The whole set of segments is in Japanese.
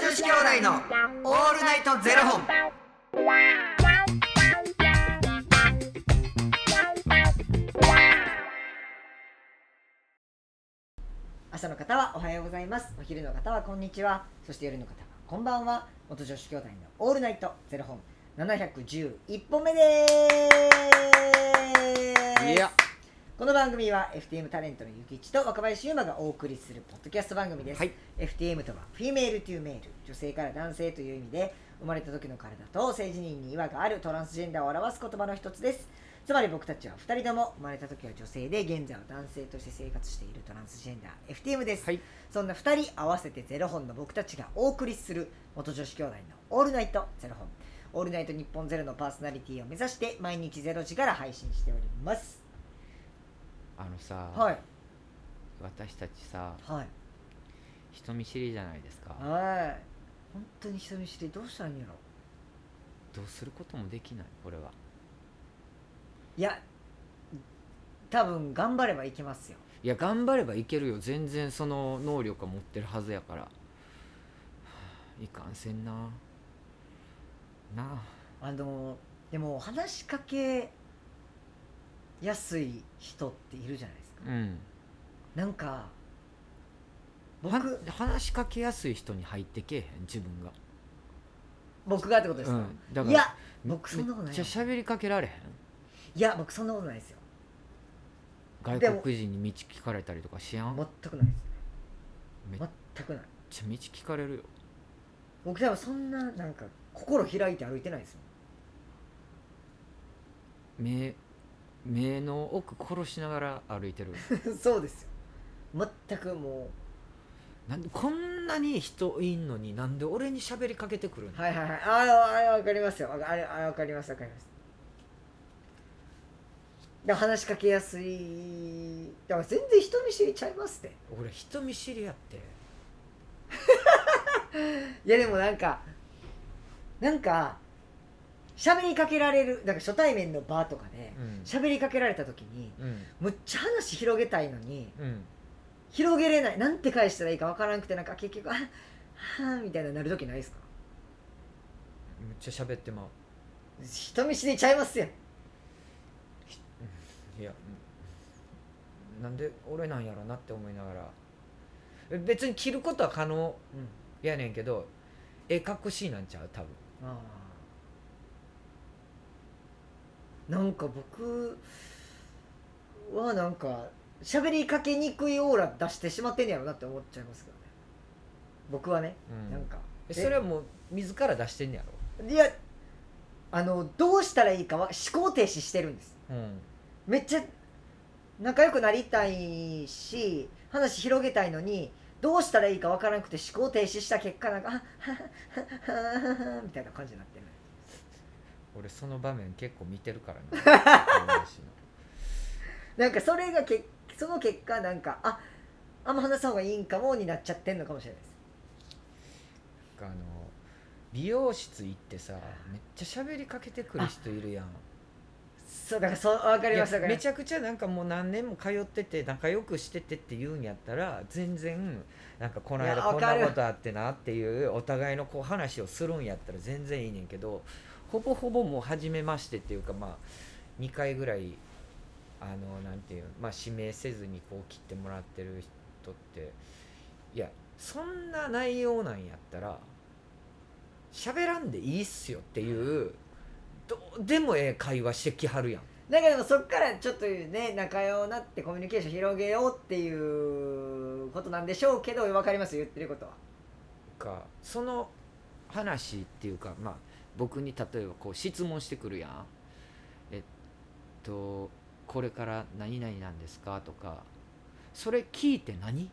子兄弟のオールナイトゼロ本。朝の方はおはようございますお昼の方はこんにちはそして夜の方はこんばんは元女子兄弟のオールナイトゼロ本711本目ですいやこの番組は FTM タレントのゆきちと若林優馬がお送りするポッドキャスト番組です、はい FTM とはフィメールというメール女性から男性という意味で生まれた時の体と性自認に違和があるトランスジェンダーを表す言葉の一つですつまり僕たちは2人とも生まれた時は女性で現在は男性として生活しているトランスジェンダー FTM です、はいそんな2人合わせてゼロ本の僕たちがお送りする元女子兄弟の「オールナイトゼロ本」「オールナイト日本ゼロのパーソナリティを目指して毎日ゼロ時から配信しておりますあのさ、はい私たちさはい人見知りじゃないですかはい本当に人見知りどうしたらいいんやろどうすることもできないこれはいや多分頑張ればいけますよいや頑張ればいけるよ全然その能力は持ってるはずやから、はあいかんせんななあのでも話しかけやすい人っているじゃないですかあうんなんかは僕話しかけやすい人に入ってけえへん自分が僕がってことですうか、んだからいやめ僕そんなことないめっちゃ喋りかけられへんいや僕そんなことないですよでも外国人に道聞かれたりとかしやんめっ全くないです全くないちゃ道聞かれるよ僕多分そんななんか心開いて歩いてないですよ目目の奥殺しながら歩いて る そうですよ全くもなんでこんなに人いんのになんで俺に喋りかけてくるのうはいはいはいああれわかりますよあれあれわかりますわかりますだから話しかけやすいだから全然人見知りちゃいますって俺人見知りやっていやでもなんかなんか喋りかけられるなんか初対面のバーとかでうん喋りかけられた時にうんむっちゃ話広げたいのに、うん広げれないなんて返したらいいかわからなくてなんか結局あはあみたいななる時ないですかめっちゃ喋ってまう人見知りちゃいますやんいやうんなんで俺なんやろなって思いながらえ別に着ることは可能やねんけどええかっこしいなんちゃう多分あーなんか僕はなんか喋りかけにくいオーラ出してしまってんやろなって思っちゃいますけどね僕はね、うんなんかえそれはもう自ら出してんねやろいやあのどうしたらいいかは思考停止してるんですうんめっちゃ仲良くなりたいし話広げたいのにどうしたらいいか分からなくて思考停止した結果なんかあはははははみたいな感じになってる俺その場面結構見てるから な友達のなんかそれがけその結果なんかああんま話した方がいいんかもになっちゃってんのかもしれないですあの美容室行ってさめっちゃ喋りかけてくる人いるやんそうだからそう分かりますい分やかりめまちゃくちゃなんかもう何年も通ってて仲良くしててって言うんやったら全然なんかこのい間やこんわなかることあってなっていうお互いのこう話をするんやったら全然いいねんけどほぼほぼもう初めましてっていうかまあ2回ぐらいあのなんていうまあ指名せずにこう切ってもらってる人っていやそんな内容なんやったら喋らんでいいっすよっていうどうでもええ会話してきはるやん。すだけどそっからちょっとね仲良くなってコミュニケーション広げようっていうことなんでしょうけど分かります言ってることはかその話っていうか、まあ、僕に例えばこう質問してくるやん。えっとこれから何々なんですかとかそれ聞いて何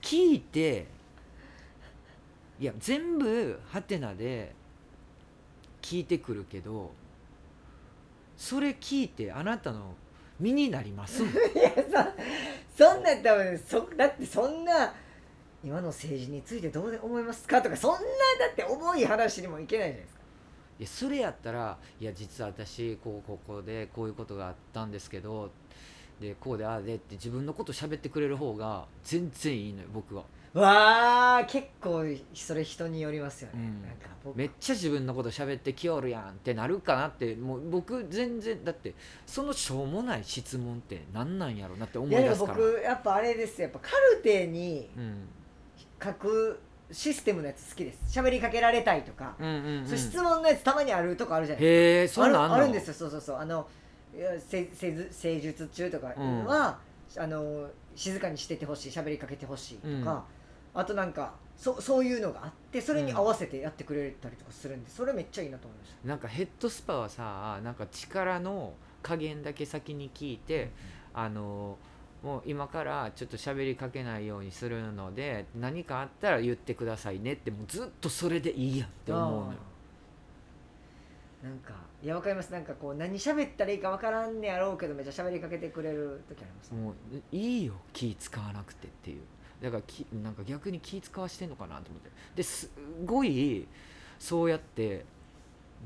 聞いていや全部ハテナで聞いてくるけどそれ聞いてあなたの身になりますいやそそんな多分そだってそんな今の政治についてどう思いますかとかそんなだって重い話にもいけないじゃないですかいやそれやったら「いや実は私こうここでこういうことがあったんですけどでこうでああでって自分のこと喋ってくれる方が全然いいのよ僕はわあ結構それ人によりますよね、うんなんか僕めっちゃ自分のこと喋ってきおるやんってなるかなってもう僕全然だってそのしょうもない質問って何なんやろうなって思いいやで出もすから僕やっぱあれですよやっぱカルテにうん書くシステムのやつ好きです喋りかけられたいとか、うんうんうんそう質問のやつたまにあるとこあるじゃないですかへえそんなんああんのるあるんですよそうそうそうあのいやせせず施術中とかは、あの静かにしててほしい喋りかけてほしいとか、あとなんかそそういうのがあってそれに合わせてやってくれたりとかするんでそれめっちゃいいなと思いましたなんかヘッドスパはさなんか力の加減だけ先に聞いて、あのもう今からちょっと喋りかけないようにするので何かあったら言ってくださいねってもうずっとそれでいいやんって思うのよ。あーなんかいやわかりますなんかこう何喋ったらいいかわからんねやろうけどめっちゃ喋りかけてくれる時ありますもういいよ気使わなくてっていうだからきなんか逆に気使わしてんのかなと思ってですごいそうやって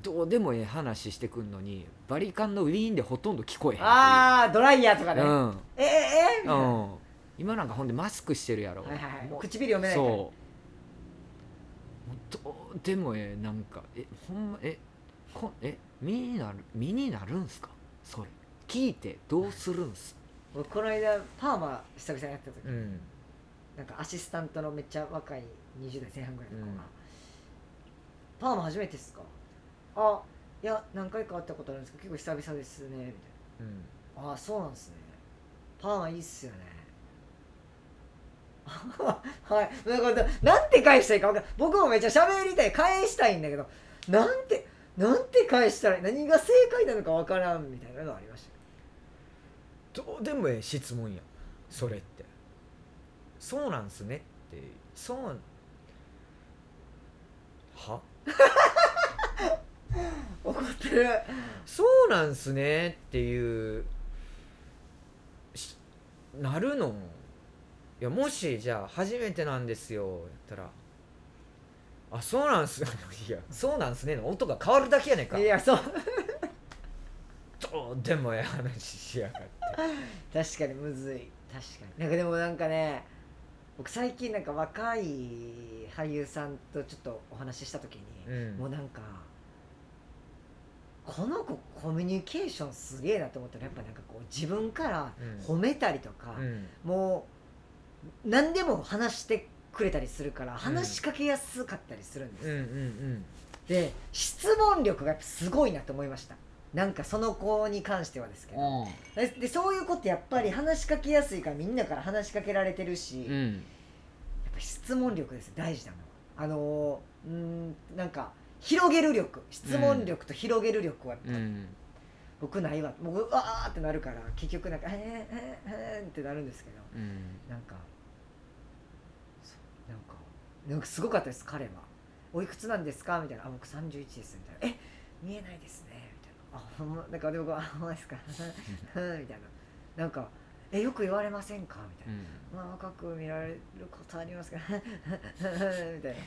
どうでもええ話してくんのにバリカンのウィーンでほとんど聞こえへんっていうあードライヤーとかね、うんええええみたいな、はうん、今なんかほんでマスクしてるやろ、いはいもはうい、唇読めないそうからもうどうでもええなんかえほんまえこえ身になる身になるんすかそれ聞いてどうするんす、僕この間パーマ久々にやった時、うんなんかアシスタントのめっちゃ若い20代前半ぐらいの子が「うんパーマ初めてですか?」「あいや何回か会ったことあるんですけど結構久々ですね」みたいうんな「ああそうなんですねパーマいいっすよね」 はいなんかなんて返したらいいか分かんない僕もめっちゃ喋りたい返したいんだけどなんてなんて返したらいい何が正解なのか分からんみたいなのがありましたどうでもええ質問やそれってそうなんすねってそうは怒ってるそうなんすねっていうしなるのいやもしじゃあ初めてなんですよやったら「あそうなんす いやそうなんすね」の音が変わるだけやねんかいやそうどうでもええ話しやがって確かにむずい確かになんかでもなんかね僕最近なんか若い俳優さんとちょっとお話しした時に、うんもうなんかこの子コミュニケーションすげえなと思ったらやっぱなんかこう自分からうん褒めたりとか、うんもう何でも話してくれたりするから話しかけやすかったりするんですうんよ、うんうんで質問力がやっぱすごいなと思いましたなんかその子に関してはですけど、ででそういう子ってやっぱり話しかけやすいからみんなから話しかけられてるし、うやっんぱ質問力です大事なのはあのーうーんなんか広げる力質問力と広げる力はやっうぱ、ん僕ないわ僕うわーってなるから結局なんか「えー、えー、えー、ってなるんですけどうんなんかそうなんかなんかすごかったです彼は「おいくつなんですか?」みたいな「あ僕31です」みたいな「え見えないですね」みたいな「あほんま」なんかで僕は「あほんまですか?」 うんみたいななんか「えよく言われませんか?」みたいな。まあ、若く見られることありますから みたいな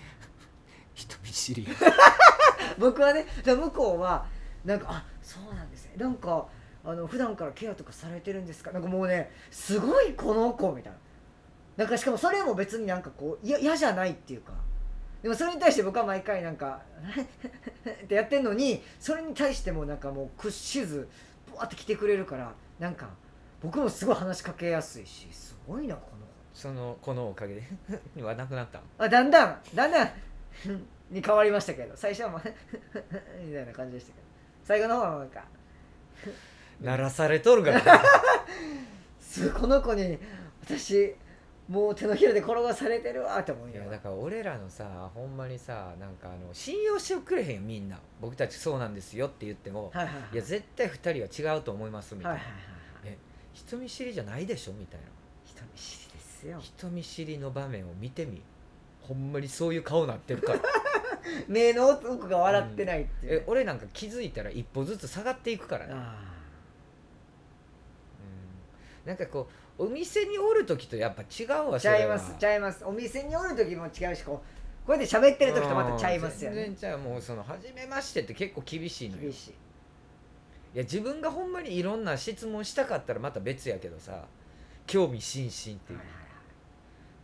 人見知りや僕はねだから向こうはなんか「あそうなんですねなんかあの普段からケアとかされてるんですか?」なんかもうねすごいこの子みたいななんかしかもそれも別になんかこういや嫌じゃないっていうかでもそれに対して僕は毎回なんか ってやってんのにそれに対してもなんかもう屈しずぶわって来てくれるからなんか僕もすごい話しかけやすいしすごいなこの子そのこのおかげで はなくなったあだんだんだんだん に変わりましたけど最初はもう みたいな感じでしたけど最後の方はなんか鳴らされとるからすこの子に私もう手のひらで転がされてるわって思いいなやがだらから俺らのさほんまにさなんかあの信用してくれへんよみんな僕たちそうなんですよって言ってもはいはいはいいや絶対2人は違うと思いますみたいはいな、はいはいはい人見知りじゃないでしょみたい人見知りですよな人見知りの場面を見てみほんまにそういう顔なって るから目の奥が笑ってないっていうね、え俺なんか気づいたら一歩ずつ下がっていくからね、あうん、なんかこうお店におる時とやっぱ違うあわちゃいますちゃいますお店におる時も違うしこうこうやって喋ってる時とまたちゃいますようん全ね然ちゃうもうその「初めまして」って結構厳しいのよ厳しいいや自分がほんまにいろんな質問したかったらまた別やけどさ興味津々っていう、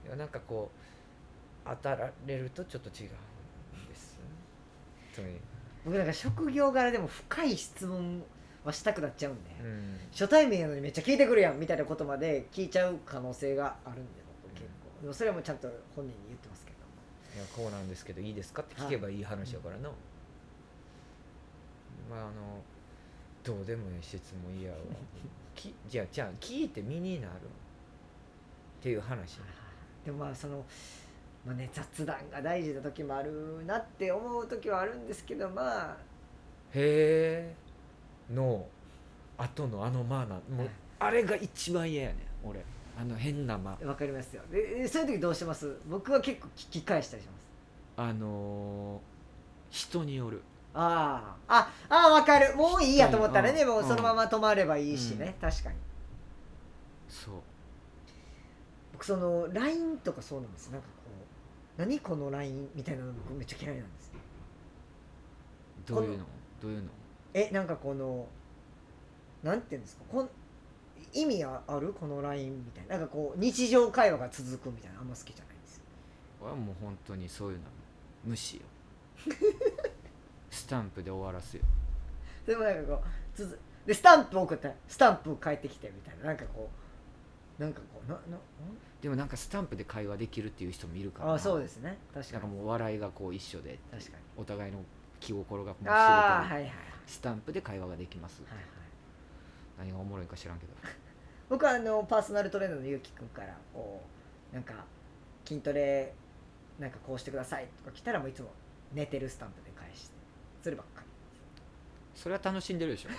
いやなんかこう当たられるとちょっと違うんですという、僕なんか職業柄でも深い質問はしたくなっちゃうんで、うん、初対面やのにめっちゃ聞いてくるやんみたいなことまで聞いちゃう可能性があるんで僕結構でもそれはもうちゃんと本人に言ってますけどいやこうなんですけどいいですかって聞けばいい話やからな、まああのどうでもいい質問いいやろきじゃあじゃあ聞いて身になるっていう話でもまあその、まあね、雑談が大事な時もあるなって思う時はあるんですけどまあへえの後のあのマナーもうあれが一番嫌やねん俺あの変な間わかりますよでそういう時どうしてます僕は結構聞き返したりしますあのー人によるあーあああわかるもういいやと思ったらねうんもうそのまま止まればいいしね、確かにそう僕その LINE とかそうなんですなんかこう何この LINE みたいなの僕めっちゃ嫌いなんですどういうのどういうのえなんかこのなんていうんですかこん意味あるこの LINE みたいななんかこう日常会話が続くみたいなあんま好きじゃないんですよ俺はもう本当にそういうの無視 よスタンプで終わらすよでもなんかこうつづでスタンプ送ったらスタンプ返ってきてみたいななんかこうなんかこうななでもなんかスタンプで会話できるっていう人もいるからあなあそうですね確なかんかにもう笑いがこう一緒で確かにお互いの気心がもう知れてるああはいはいはいスタンプで会話ができます、はい何がおもろいか知らんけど僕はあのパーソナルトレーナーのゆうきくんからこうなんか筋トレなんかこうしてくださいとか来たらもういつも寝てるスタンプで返してそればっかりそれは楽しんでるでしょ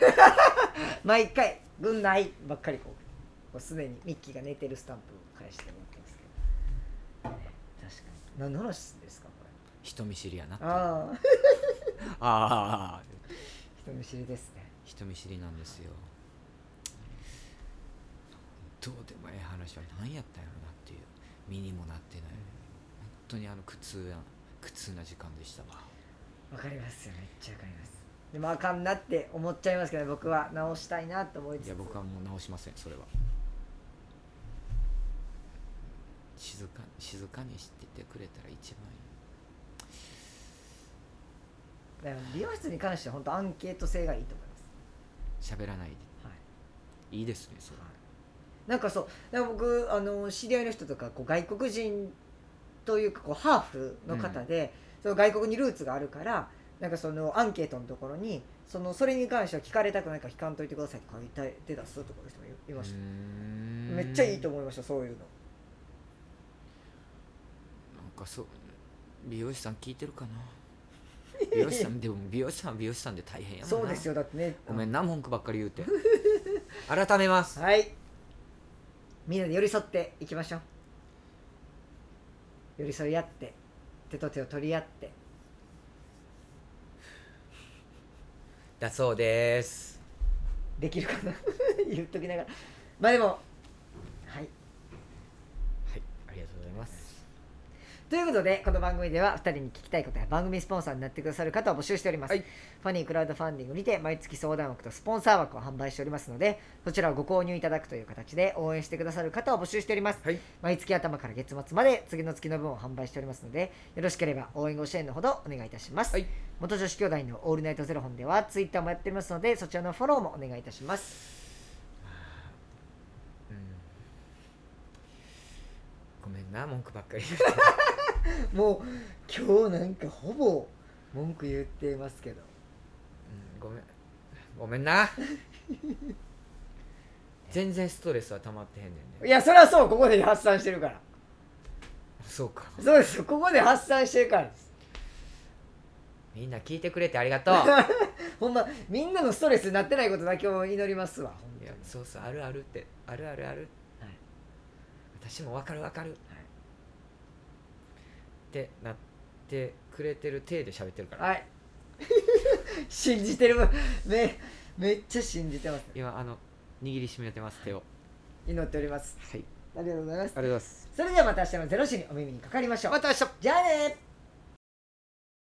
毎回「軍内」ばっかりこうこうすでにミッキーが寝てるスタンプを返してもらってますけど確かに何の話ですかこれ人見知りやなってああああ人見知りですね人見知りなんですよどうでもええ話は何やったんやろなっていう身にもなってない、本当にあの苦痛な苦痛な時間でしたわわかりますよめっちゃわかりますでもあかんなって思っちゃいますけど僕は直したいなと思いつついや僕はもう直しませんそれは静か静かにしててくれたら一番いいだから美容室に関しては本当アンケート性がいいと思います、喋らないではい、いいですねそれはなんかそうだから僕あの知り合いの人とかこう外国人というかこうハーフの方で、その外国にルーツがあるからなんかそのアンケートのところにそのそれに関しては聞かれたくないから聞かんといてくださいとか言った手出すとかいう人もいました、めっちゃいいと思思いましたそういうのうなんかそう美容師さん聞いてるかな美容師さんでも美容師さんは美容師さんで大変やもんなそうですよだってねごめんな文句ばっかり言 うて改めますはいみんなで寄り添っていきましょう寄り添い合って手と手を取り合ってだそうですできるかな 言っときながらまあでもはいはいありがとうございますということでこの番組では2人に聞きたいことや番組スポンサーになってくださる方を募集しております、はいファニークラウドファンディングにて毎月相談枠とスポンサー枠を販売しておりますのでそちらをご購入いただくという形で応援してくださる方を募集しております、はい毎月頭から月末まで次の月の分を販売しておりますのでよろしければ応援ご支援のほどお願いいたします、はい元女子兄弟のオールナイトゼロ本ではツイッターもやっておりますのでそちらのフォローもお願いいたしますうんごめんな文句ばっかり言う もう今日なんかほぼ文句言ってますけどうんごめんごめんな 全然ストレスは溜まってへんねんねいやそれはそうここで発散してるからそうかそうですよここで発散してるからですみんな聞いてくれてありがとう ほんまみんなのストレスになってないことだけを祈りますわほんいとやにそうそうあるあるってあるあるある、はい私もわかるわかる、ってなってくれてる体で喋ってるから、はい 信じてるめめっちゃ信じてます今あの握りしめてます手を祈っておりますはいありがとうございありますがとうございますそれではまた明日のゼロ時にお耳にかかりましょうまた明日じゃあねー